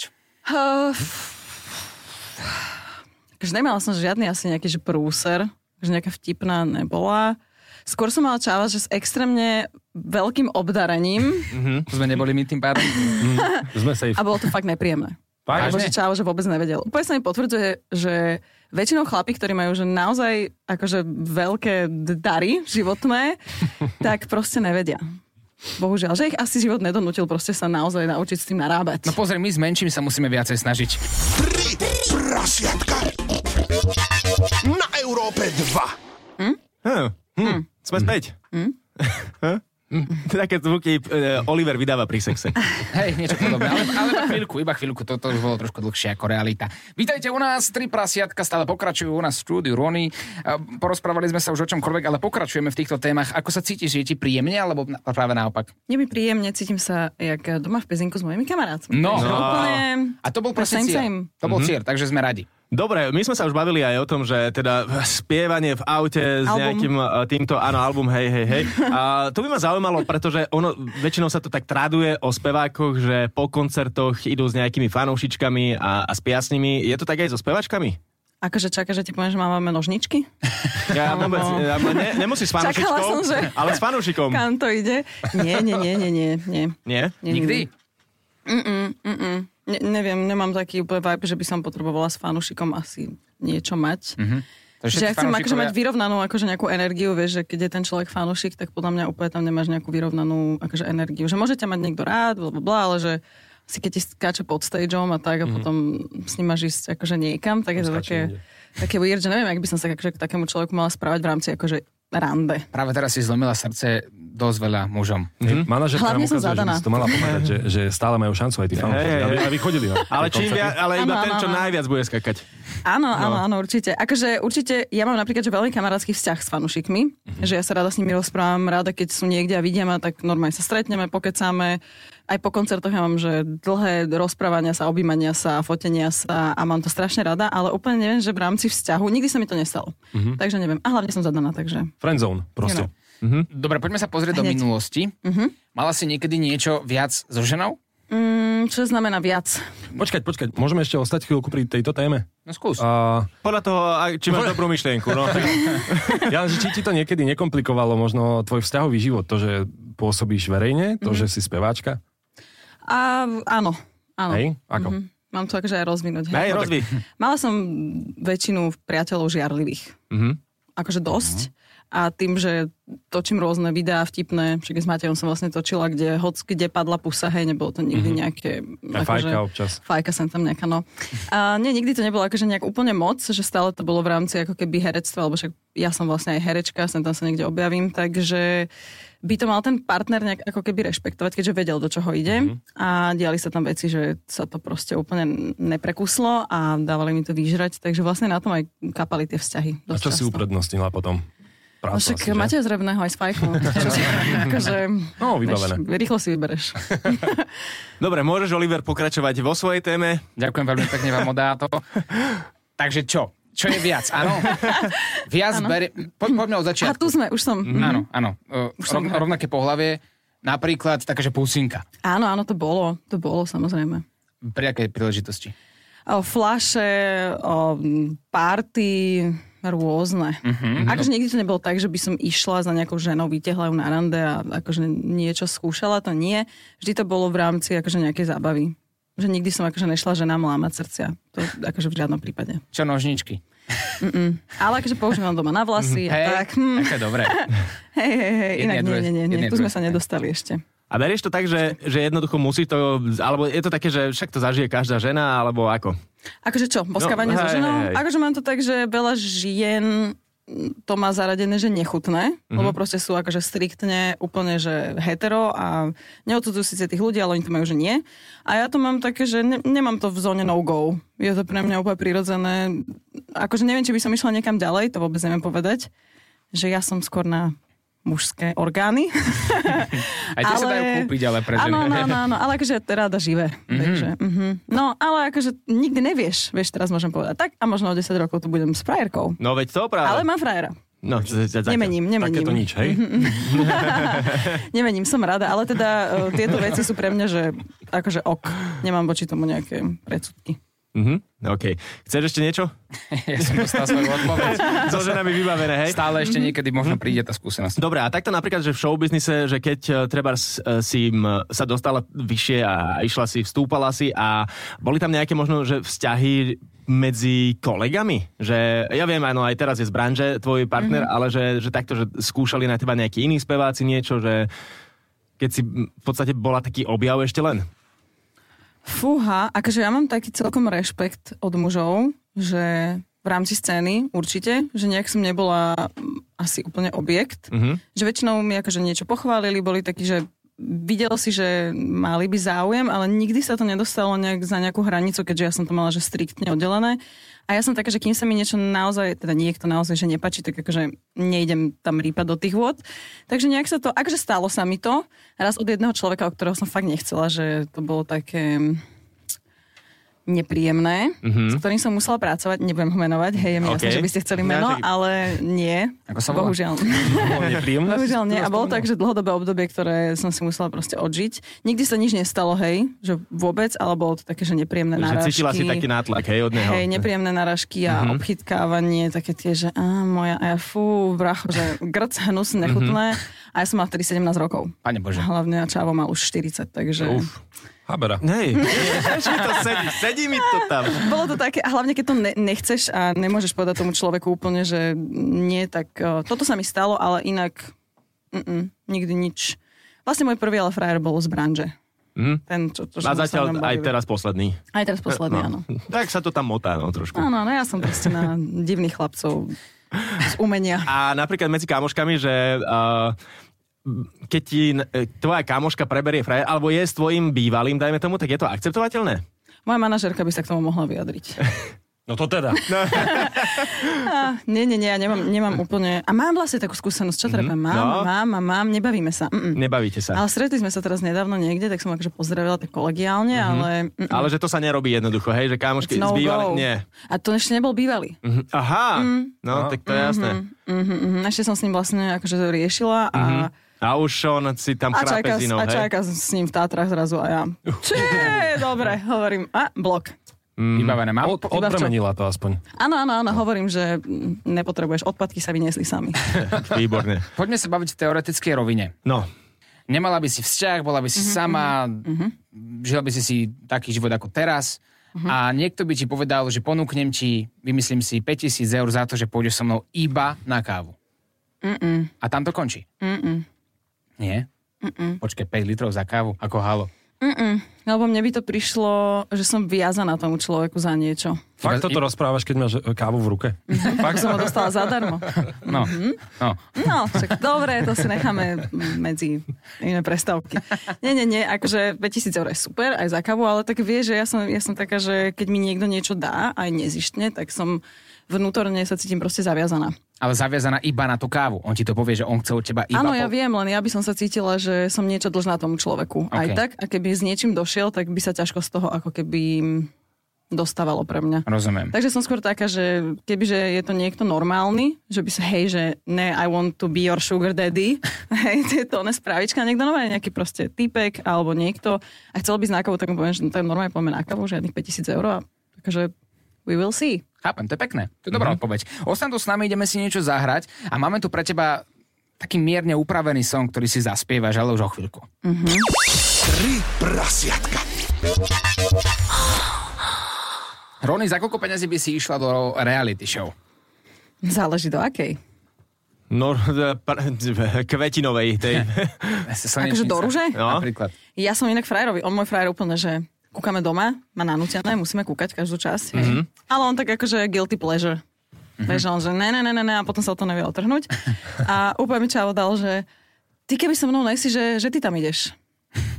Speaker 4: Uh, f- Takže nemala som žiadny asi nejaký že prúser, že nejaká vtipná nebola. Skôr som mala čáva, že s extrémne veľkým obdarením
Speaker 2: To sme neboli my tým pádom.
Speaker 1: Sme safe.
Speaker 4: a bolo to fakt nepríjemné.
Speaker 1: Fakt?
Speaker 4: Alebo že čávo, že vôbec nevedel. Úplne sa mi potvrdzuje, že väčšinou chlapí, ktorí majú že naozaj akože veľké d- dary životné, tak proste nevedia. Bohužiaľ, že ich asi život nedonútil proste sa naozaj naučiť s tým narábať.
Speaker 2: No pozri, my s menším sa musíme viacej snažiť.
Speaker 5: Tri prasiatka na Európe 2.
Speaker 3: Hm. Hm. Sme späť. Hm? Také zvuky e, Oliver vydáva pri sexe.
Speaker 2: Hej, niečo podobné. Ale, ale iba chvíľku, iba chvíľku. Toto už bolo trošku dlhšie ako realita. Vítajte u nás, tri prasiatka stále pokračujú u nás v štúdiu Rony. Ehm, Porozprávali sme sa už o čomkoľvek, ale pokračujeme v týchto témach. Ako sa cítiš? Je ti príjemne, alebo na- práve naopak?
Speaker 4: Je mi príjemne, cítim sa jak doma v pezinku s mojimi kamarátmi.
Speaker 2: No.
Speaker 4: Takže
Speaker 2: No.
Speaker 4: Úplne...
Speaker 2: A to bol presne
Speaker 4: Same,
Speaker 2: cieľ.
Speaker 4: same.
Speaker 2: To bol cieľ, takže sme radi.
Speaker 3: Dobre, my sme sa už bavili aj o tom, že teda spievanie v aute s
Speaker 4: Album.
Speaker 3: nejakým e, týmto, áno, album, hej, hej, hej. A to by ma zaujímalo, pretože ono, väčšinou sa to tak traduje o spevákoch, že po koncertoch idú s nejakými fanúšičkami a, a spia s nimi. Je to tak aj so spevačkami?
Speaker 4: Akože čaká, že ti poviem, že máme nožničky?
Speaker 3: Ja vôbec, ja, ne, nemusí s
Speaker 4: Čakala
Speaker 3: fanúšičkou,
Speaker 4: som, že-
Speaker 3: ale s fanúšikom.
Speaker 4: Kam to ide? Nie, nie, nie, nie, nie. nie.
Speaker 3: Nie?
Speaker 4: nie nie,
Speaker 2: Nikdy?
Speaker 4: Ne, neviem, nemám taký úplne vibe, že by som potrebovala s fanušikom asi niečo mať. Mm-hmm.
Speaker 2: To
Speaker 4: Že ja chcem akože mať
Speaker 2: fanúšikovia-
Speaker 4: vyrovnanú akože nejakú energiu, vieš, že keď je ten človek fanušik, tak podľa mňa úplne tam nemáš nejakú vyrovnanú akože energiu. Že môžete mať niekto rád, bla, bla, bla, ale že si keď ti skáče pod stageom a tak a potom s ním máš ísť akože niekam, tak je to také, také weird, že neviem, ak by som sa akože k takému človeku mala správať v rámci akože rande.
Speaker 2: Práve teraz si zlomila srdce dosť veľa mužom.
Speaker 1: Hm? Manažerka nám
Speaker 4: Hlavne som
Speaker 1: ukazuje, že by
Speaker 4: zadaná.
Speaker 1: si to mala povedať, že, že stále majú šancu aj tí fanúšici.
Speaker 3: hej,
Speaker 1: Aby,
Speaker 3: hej.
Speaker 1: aby chodili. Na
Speaker 3: Ale, čím
Speaker 1: koncerty.
Speaker 3: via, ale iba
Speaker 4: Áno,
Speaker 3: ten,
Speaker 4: áno,
Speaker 3: čo
Speaker 4: áno.
Speaker 3: najviac bude skakať.
Speaker 4: Áno, áno, áno, určite. Akože určite, ja mám napríklad že veľmi kamarátsky vzťah s fanúšikmi, že ja sa rada s nimi rozprávam, rada keď sú niekde a vidia ma, tak normálne sa stretneme, pokecáme, aj po koncertoch ja mám, že dlhé rozprávania sa, objímania sa, fotenia sa a mám to strašne rada, ale úplne neviem, že v rámci vzťahu, nikdy sa mi to nestalo. Takže neviem. A hlavne som zadaná, takže...
Speaker 1: Friendzone, proste.
Speaker 2: Dobre, poďme sa pozrieť do
Speaker 4: Hneď. Mhm.
Speaker 2: minulosti. Mala si niekedy niečo viac so ženou?
Speaker 4: Mm, čo znamená viac?
Speaker 1: Počkať, počkať, môžeme ešte ostať chvíľku pri tejto téme?
Speaker 2: No skús.
Speaker 1: A,
Speaker 3: Podľa toho, aj- či máš dobrú myšlienku. No.
Speaker 1: ja len, že či ti to niekedy nekomplikovalo možno tvoj vzťahový život, to, že pôsobíš verejne,
Speaker 4: Mhm.
Speaker 1: to, že si speváčka,
Speaker 4: A áno, áno.
Speaker 1: hej? Ako?
Speaker 4: Mhm. Mám to akože aj rozvinúť. hej?
Speaker 3: Hej,
Speaker 4: No, tak
Speaker 3: rozvi.
Speaker 4: Mala som väčšinu priateľov žiarlivých.
Speaker 1: Mhm.
Speaker 4: Akože dosť. A tým, že točím rôzne videá vtipné, však s Matejom som vlastne točila, kde hoc, kde padla pusa, hej, nebolo to nikdy nejaké...
Speaker 1: Mhm.
Speaker 4: akože
Speaker 1: A fajka občas.
Speaker 4: Fajka sem tam nejaká, no. A nie, nikdy to nebolo akože nejak úplne moc, že stále to bolo v rámci ako keby herectva, lebo však ja som vlastne aj herečka, sem tam sa niekde objavím, takže by to mal ten partner nejak ako keby rešpektovať, keďže vedel, do čoho ide.
Speaker 1: Mhm.
Speaker 4: A diali sa tam veci, že sa to proste úplne neprekuslo a dávali mi to vyžrať, takže vlastne na tom aj kapali tie vzťahy.
Speaker 1: A
Speaker 4: dosť
Speaker 1: čo si
Speaker 4: často.
Speaker 1: uprednostnila potom?
Speaker 4: No
Speaker 1: Prácu
Speaker 4: však
Speaker 1: asi, že?
Speaker 4: máte zrebného aj s fajkou. takže, akože,
Speaker 1: No, vybavené.
Speaker 4: vieš, Rýchlo si vybereš.
Speaker 3: Dobre, môžeš, Oliver, pokračovať vo svojej téme.
Speaker 2: Ďakujem veľmi pekne vám odáto. Takže čo? Čo je viac? Áno. Viac bere... Po, poďme od
Speaker 4: A
Speaker 2: začiatku.
Speaker 4: tu sme, už som. Mhm.
Speaker 2: Áno, áno. Uh,
Speaker 4: som
Speaker 2: rov,
Speaker 4: hra.
Speaker 2: rovnaké pohlavie, napríklad takáže pusinka.
Speaker 4: Áno, áno, to bolo. To bolo, samozrejme.
Speaker 2: Pri akej príležitosti?
Speaker 4: O flaše, o m, party, rôzne.
Speaker 2: Mhm.
Speaker 4: Mm-hmm. Akože nikdy to nebolo tak, že by som išla za nejakou ženou, vytiahla ju na rande a akože niečo skúšala, to nie. Vždy to bolo v rámci akože nejakej zábavy. Že nikdy som akože nešla ženám lámať srdcia. To akože v žiadnom prípade.
Speaker 2: Čo nožničky?
Speaker 4: Ale akože používam doma na vlasy.
Speaker 2: Mhm. Hej,
Speaker 4: a tak, hm,
Speaker 2: také dobré.
Speaker 4: hej, hej, hej,
Speaker 2: Jedné
Speaker 4: inak
Speaker 2: a druhé-
Speaker 4: nie, nie, nie, nie.
Speaker 2: jedné a
Speaker 4: Tu sme
Speaker 2: druhé.
Speaker 4: sa nedostali ešte.
Speaker 3: A berieš to tak, že, že jednoducho musíš to, alebo je to také, že však to zažije každá žena, alebo ako?
Speaker 4: Akože čo, boskávanie
Speaker 3: No,
Speaker 4: no, so
Speaker 3: hej,
Speaker 4: ženou?
Speaker 3: hej.
Speaker 4: Akože mám to tak, že veľa žien to má zaradené, že nechutné,
Speaker 3: Mhm.
Speaker 4: mm-hmm. lebo proste sú akože striktne úplne, že hetero a neodsudzujú síce tých ľudí, ale oni to majú, že nie. A ja to mám také, že ne- nemám to v zóne no-go. Je to pre mňa úplne prirodzené. Akože neviem, či by som išla niekam ďalej, to vôbec neviem povedať, že ja som skôr na mužské orgány.
Speaker 2: Aj tie ale... sa dajú kúpiť, ale pre ženy. Mhm.
Speaker 4: Áno, áno, áno, áno, ale akože rada živé. Mm-hmm. Takže, mm-hmm. No, ale akože nikdy nevieš, vieš, teraz môžem povedať. Tak a možno o 10 rokov tu budem s frajerkou.
Speaker 3: No veď to
Speaker 4: Ale
Speaker 3: práve.
Speaker 4: mám frajera.
Speaker 3: No, z- z- zatiaľ.
Speaker 4: Nemením, nemením.
Speaker 1: Takéto nič, hej?
Speaker 4: Mhm. Nemením, som rada, ale teda e, tieto veci sú pre mňa, že akože ok. Nemám voči tomu nejaké predsudky.
Speaker 3: Mhm, OK. Chceš ešte niečo?
Speaker 2: Ja som dostal svoju odpoveď.
Speaker 3: So ženami vybavené, hej?
Speaker 2: Stále
Speaker 4: Mhm.
Speaker 2: ešte niekedy možno príde tá skúsenosť.
Speaker 3: Dobre, a takto napríklad, že v showbiznise, že keď e, treba s- e, si m, sa dostala vyššie a išla si, vstúpala si a boli tam nejaké možno, že vzťahy medzi kolegami, že ja viem, áno, aj teraz je z branže tvoj partner,
Speaker 4: Mhm.
Speaker 3: mm-hmm. ale že, že takto, že skúšali na teba nejakí iní speváci niečo, že keď si m, v podstate bola taký objav ešte len.
Speaker 4: Fúha, akože ja mám taký celkom rešpekt od mužov, že v rámci scény určite, že nejak som nebola mm, asi úplne objekt, mm-hmm. že väčšinou mi akože niečo pochválili, boli takí, že videl si, že mali by záujem, ale nikdy sa to nedostalo nejak za nejakú hranicu, keďže ja som to mala, že striktne oddelené. A ja som taká, že kým sa mi niečo naozaj, teda niekto naozaj, že nepačí, tak akože nejdem tam rýpať do tých vôd. Takže nejak sa to, akože stalo sa mi to, raz od jedného človeka, o ktorého som fakt nechcela, že to bolo také, nepríjemné, mm-hmm. s ktorým som musela pracovať. Nebudem ho menovať, hej, je mi jasné,
Speaker 3: Mhm. OK.
Speaker 4: že by ste chceli
Speaker 3: No,
Speaker 4: meno,
Speaker 3: tak-
Speaker 4: ale nie.
Speaker 2: Ako sa volá?
Speaker 4: Bohužiaľ.
Speaker 1: nepríjemné.
Speaker 4: Bohužiaľ nie. A bolo tak, že dlhodobé obdobie, ktoré som si musela proste odžiť. Nikdy sa nič nestalo, hej, že vôbec, ale bolo to také, že nepríjemné
Speaker 3: Že
Speaker 4: náražky.
Speaker 3: cítila si taký nátlak, hej, od neho.
Speaker 4: Hej, nepríjemné náražky a mm-hmm. obchytkávanie, také tie, že a moja, a ja, fú, bracho, že grc, hnus, nechutné. Mm-hmm. A ja som mala vtedy 17 rokov.
Speaker 2: Pane Bože.
Speaker 4: Hlavne a Čavo mal už 40, takže... Uf.
Speaker 1: Habera.
Speaker 3: Hej, že mi to sedí, sedí mi to tam.
Speaker 4: Bolo to také, a hlavne keď to ne, nechceš a nemôžeš povedať tomu človeku úplne, že nie, tak uh, toto sa mi stalo, ale inak mm-mm, nikdy nič. Vlastne môj prvý ale frajer bol z branže. Mm. Ten, čo, čo,
Speaker 3: Mhm. A
Speaker 4: čo sme sa o
Speaker 3: zatiaľ
Speaker 4: ňom
Speaker 3: aj
Speaker 4: bavili.
Speaker 3: teraz posledný. No.
Speaker 4: Aj teraz posledný, áno.
Speaker 3: Tak sa to tam motá, no trošku.
Speaker 4: Áno, no ja som proste na divných chlapcov z umenia.
Speaker 3: A napríklad medzi kamoškami, že uh, keď ti n- e, tvoja kamoška preberie frajer, alebo je s tvojim bývalým, dajme tomu, tak je to akceptovateľné?
Speaker 4: Moja manažerka by sa k tomu mohla vyjadriť.
Speaker 1: No to teda.
Speaker 4: Nie, nie, nie, ja nemám, nemám úplne... A mám vlastne takú skúsenosť, čo treba? Mám,
Speaker 3: no.
Speaker 4: mám, a mám, nebavíme sa. Mm-mm.
Speaker 3: Nebavíte sa.
Speaker 4: Ale stretli sme sa teraz nedávno niekde, tak som akože pozdravila tak kolegiálne,
Speaker 3: Mhm.
Speaker 4: ale... mm-mm.
Speaker 3: Ale že to sa nerobí jednoducho, hej, že
Speaker 4: It's
Speaker 3: kámošky
Speaker 4: no
Speaker 3: zbývali,
Speaker 4: go.
Speaker 3: nie.
Speaker 4: A to ešte nebol bývalý.
Speaker 3: Mhm. Aha,
Speaker 4: Mm.
Speaker 3: no, tak to je jasné. Mhm.
Speaker 4: Mm-hmm, ešte som s ním vlastne akože to riešila a...
Speaker 3: A už on si tam
Speaker 4: A
Speaker 3: chrápe
Speaker 4: čaká,
Speaker 3: s inou,
Speaker 4: a
Speaker 3: Mhm. hej.
Speaker 4: čaká s ním v Tátrach zrazu a ja. Čiže, dobre, hovorím. A, blok. Mhm.
Speaker 2: Vybavené. Mám
Speaker 1: Od, odpremenila to aspoň.
Speaker 4: Áno, áno, áno, hovorím, že mm, nepotrebuješ, odpadky sa vyniesli sami.
Speaker 3: Výborne.
Speaker 2: Poďme sa baviť v teoretickej rovine.
Speaker 3: No,
Speaker 2: Nemala by si vzťah, bola by si mm-hmm, sama, mm-hmm. žila by si si taký život ako teraz mm-hmm. a niekto by ti povedal, že ponúknem ti, vymyslím si 5000 eur za to, že pôjdeš so mnou iba na kávu. Mm-mm. A tam to končí. Mm-mm. Nie? Mm-mm. Počkaj, 5 litrov za kávu? Ako halo.
Speaker 4: Mm-mm, No, lebo mne by to prišlo, že som viazaná tomu človeku za niečo.
Speaker 1: Fakt toto rozprávaš, keď máš e, kávu v ruke?
Speaker 4: Fakt som ho dostala zadarmo.
Speaker 2: No, mm-hmm. no.
Speaker 4: No, však dobre, to si necháme medzi iné prestávky. Nie, nie, nie, akože 5000 eur je super, aj za kávu, ale tak vieš, že ja som, ja som taká, že keď mi niekto niečo dá, aj nezištne, tak som vnútorne sa cítim proste zaviazaná.
Speaker 2: Ale zaviazaná iba na tú kávu. On ti to povie, že on chce od teba iba...
Speaker 4: Áno, ja
Speaker 2: po-
Speaker 4: viem, len ja by som sa cítila, že som niečo dlžná tomu človeku. Aj
Speaker 2: Ok.
Speaker 4: tak, a keby s niečím došiel, tak by sa ťažko z toho ako keby dostávalo pre mňa.
Speaker 2: Rozumiem.
Speaker 4: Takže som skôr taká, že kebyže je to niekto normálny, že by sa, hej, že ne, I want to be your sugar daddy, hej, to je to oné správička, niekto normálne nejaký proste typek alebo niekto a chcel by s nákavou, tak mu poviem, že to je normálne, poďme na kavu, žiadnych 5000 eur a takže we will see.
Speaker 2: Chápem, to je pekné. To je
Speaker 3: Mhm.
Speaker 2: dobrá mm-hmm. odpoveď. Ostan tu s nami, ideme si niečo zahrať a máme tu pre teba taký mierne upravený song, ktorý si zaspievaš, ale už o chvíľku.
Speaker 4: Mhm.
Speaker 5: Tri prasiatka.
Speaker 2: Rony, za koľko peňazí by si išla do reality show?
Speaker 4: Záleží do akej.
Speaker 3: no, pr- kvetinovej tej.
Speaker 4: Akože do ruže?
Speaker 3: No.
Speaker 2: Napríklad.
Speaker 4: Ja som inak frajerovi, on môj frajer úplne, že kúkame doma, má nanútené, musíme kúkať každú časť. Mm-hmm. Ale on tak akože guilty pleasure. Mm-hmm. Vieš, on že ne, ne, ne, ne, ne, a potom sa o to nevie otrhnúť. A úplne mi čavo dal, že ty keby so mnou nejsi, že, že ty tam ideš.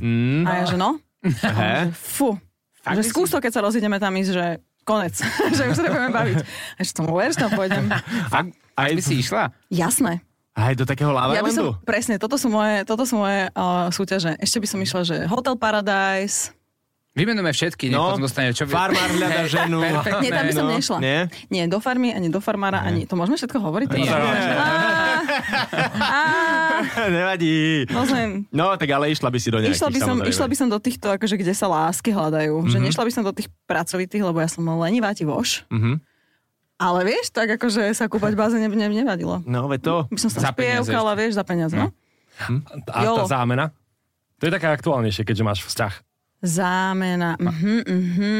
Speaker 4: Mm. A ja, že no.
Speaker 3: Hej.
Speaker 4: Fú. že
Speaker 2: by
Speaker 4: skús to, keď sa rozídeme tam ísť, že konec. že už sa nebudeme baviť. A že tomu ver, že tam pôjdem.
Speaker 3: A, aj,
Speaker 2: By si išla?
Speaker 4: Jasné.
Speaker 3: aj do takého La La
Speaker 4: Ja by som,
Speaker 3: Landu?
Speaker 4: presne, toto sú moje, toto sú moje uh, súťaže. Ešte by som išla, že Hotel Paradise,
Speaker 2: Vymenujeme všetky,
Speaker 3: No.
Speaker 2: no. potom dostane čo...
Speaker 3: Farmár hľada ženu.
Speaker 4: Nie, tam by som
Speaker 3: no.
Speaker 4: nešla.
Speaker 3: Nie?
Speaker 4: Nie, do farmy, ani do farmára, ani... To môžeme všetko hovoriť? Nie.
Speaker 3: Nevadí. No, tak ale išla by si do nejakých,
Speaker 4: Išla by, som,
Speaker 3: samozrejme.
Speaker 4: išla by som do týchto, akože, kde sa lásky hľadajú. Že nešla by som do tých pracovitých, lebo ja som lenivá ti voš. Ale vieš, tak akože sa kúpať v bazéne by ne- nevadilo.
Speaker 3: No, ve to.
Speaker 4: By som
Speaker 2: Za
Speaker 4: sa
Speaker 2: peniaze
Speaker 4: spievkala, vieš, za peniaze. No?
Speaker 1: A tá
Speaker 4: Jolo.
Speaker 1: zámena? To je taká aktuálnejšie, keďže máš vzťah.
Speaker 4: Zámena. Mhm, mhm.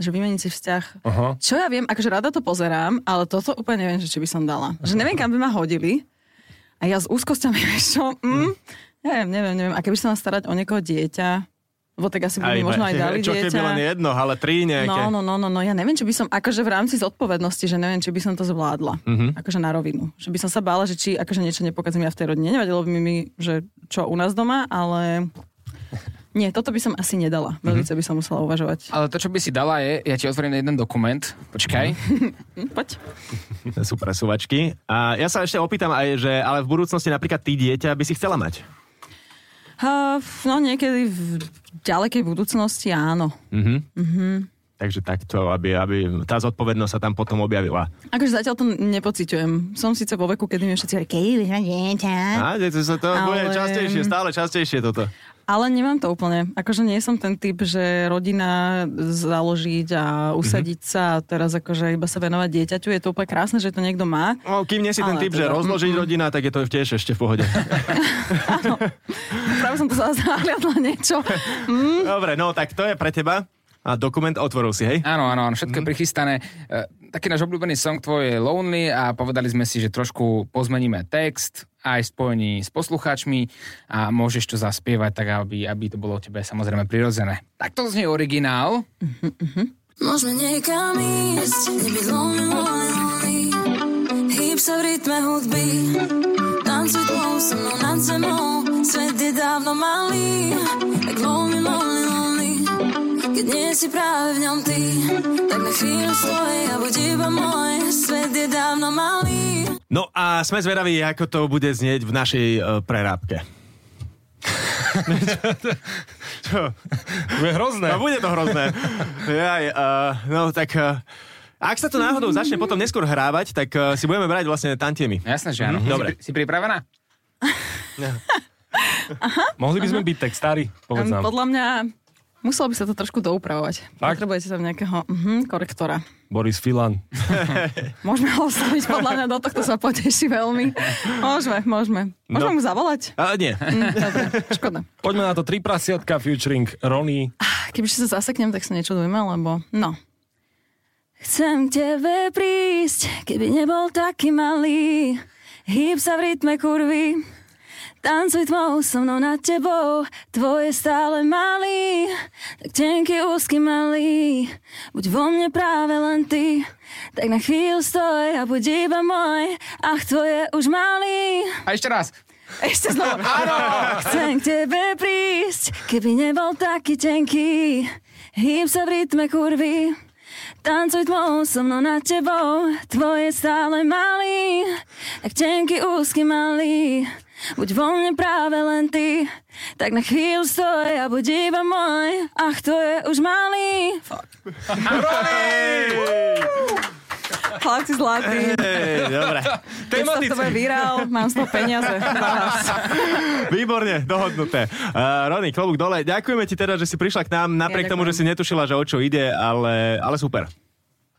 Speaker 4: Že vymeniť si vzťah.
Speaker 1: Aha.
Speaker 4: Čo ja viem, akože rada to pozerám, ale toto úplne neviem, že či by som dala. Že neviem, kam by ma hodili. A ja s úzkosťami, vieš čo?
Speaker 3: Mhm.
Speaker 4: Mm, neviem, neviem, neviem. A keby som mala starať o niekoho dieťa, lebo tak asi by mi možno aj dali
Speaker 3: čo
Speaker 4: dieťa.
Speaker 3: keby len jedno, ale tri nejaké.
Speaker 4: No, no, no, no, no, ja neviem, či by som, akože v rámci zodpovednosti, že neviem, či by som to zvládla, akože na rovinu. Že by som sa bála, že či akože niečo nepokazím ja v tej rodine, nevadilo by mi, že čo u nás doma, ale nie, toto by som asi nedala. Veľmi by som musela uvažovať.
Speaker 2: Ale to, čo by si dala je, ja ti otvorím jeden dokument, počkaj.
Speaker 3: Mhm.
Speaker 4: Hm, poď.
Speaker 3: Sú presúvačky. A ja sa ešte opýtam aj, že ale v budúcnosti napríklad ty dieťa by si chcela mať.
Speaker 4: Ha, f- no niekedy v ďalekej budúcnosti áno.
Speaker 3: Takže takto, aby, aby tá zodpovednosť sa tam potom objavila.
Speaker 4: Akože zatiaľ to nepociťujem. Som síce vo veku, kedy mi všetci hovorí, kedy budeš mať dieťa,
Speaker 3: A, že to, sa to
Speaker 4: Eh. Ale-
Speaker 3: bude častejšie, stále častejšie toto.
Speaker 4: ale nemám to úplne. Akože nie som ten typ, že rodina založiť a usadiť sa a teraz akože iba sa venovať dieťaťu. Je to úplne krásne, že to niekto má.
Speaker 3: No, kým nie si ten
Speaker 4: Ale
Speaker 3: typ, že
Speaker 4: teda-
Speaker 3: rozložiť rodina, tak je to tiež ešte v pohode.
Speaker 4: Práve som to zase nahliadla niečo.
Speaker 3: Dobre, no tak to je pre teba. A dokument otvoril si, hej?
Speaker 2: Áno, áno, áno, všetko je prichystané. E, Taký náš obľúbený song tvoj je Lonely a povedali sme si, že trošku pozmeníme text aj v spojení s poslucháčmi a môžeš to zaspievať tak, aby, aby to bolo tebe samozrejme prirodzené. Tak to znie originál.
Speaker 7: Môžeme niekam ísť, nebyť lonely, lonely, lonely. Hýb sa v rytme hudby, tancuj tmou so mnou nad zemou. Svet je dávno malý, tak lonely, lonely, lonely. Keď nie si práve v ňom ty, tak na chvíľu stoj a
Speaker 4: svet je dávno malý.
Speaker 3: No a sme zvedaví, ako to bude znieť v našej uh, prerábke. Čo?
Speaker 1: To je hrozné.
Speaker 3: No, bude to hrozné. Jaj, uh, no tak... Uh, ak sa to náhodou začne potom neskôr hrávať, tak uh, si budeme brať vlastne tantiemy.
Speaker 2: Jasné, že áno.
Speaker 3: Dobre.
Speaker 2: Si, si pripravená?
Speaker 1: Mohli by sme byť textári, povedz nám.
Speaker 8: Podľa mňa muselo by sa to trošku doupravovať.
Speaker 1: Tak?
Speaker 8: Potrebujete tam nejakého uh-huh,
Speaker 4: mhm,
Speaker 8: korektora.
Speaker 1: Boris Filan.
Speaker 8: Môžeme ho osloviť, podľa mňa do tohto sa poteší veľmi. Môžeme, môžeme. Môžeme
Speaker 3: No.
Speaker 8: mu zavolať?
Speaker 3: Uh, nie.
Speaker 8: Mm, dobre, škoda.
Speaker 1: Poďme na to, tri prasiatka, featuring Rony.
Speaker 8: Kebyže sa zaseknem, tak sa nečudujme, lebo no.
Speaker 4: Chcem k tebe prísť, keby nebol taký malý. Hýb sa v rytme kurvy. Tancuj tmou so mnou nad tebou, tvoje stále malý, tak tenký, úzky, malý, buď vo mne práve len ty, tak na chvíľu stoj a buď iba môj, ach tvoje už malý.
Speaker 2: A ešte raz.
Speaker 4: Ešte znovu. Chcem k tebe prísť, keby nebol taký tenký. Hýb sa v rytme kurvy. Tancuj tmou so mnou nad tebou, tvoje stále malý, tak tenký, úzky, malý. Buď vo mne práve len ty, tak na chvíľu stoj a buď iba môj, ach to je už malý.
Speaker 8: Chlapci zlatí,
Speaker 3: Ej, dobre.
Speaker 8: keď sa to bude virál, mám z toho peniaze. Na vás.
Speaker 3: Výborne, dohodnuté. Uh, Rony, klobúk dole. Ďakujeme ti teda, že si prišla k nám, napriek
Speaker 8: Ja
Speaker 3: tomu, že si
Speaker 8: ďakujem.
Speaker 3: netušila, že o čo ide, ale, ale super.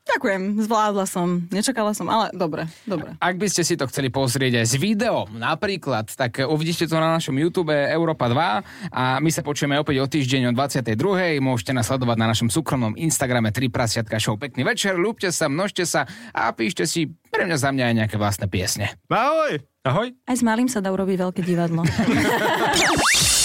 Speaker 8: Ďakujem, zvládla som, nečakala som, ale dobre, dobre.
Speaker 2: Ak by ste si to chceli pozrieť aj s videom napríklad, tak uvidíte to na našom YouTube Európa 2 a my sa počujeme opäť o týždeň o 22. Môžete nás sledovať na našom súkromnom Instagrame 3 prasiatka show. Pekný večer, ľúbte sa, množte sa a píšte si pre mňa za mňa aj nejaké vlastné piesne.
Speaker 3: Ahoj!
Speaker 1: Ahoj.
Speaker 4: Aj s malým sa dá urobiť veľké divadlo.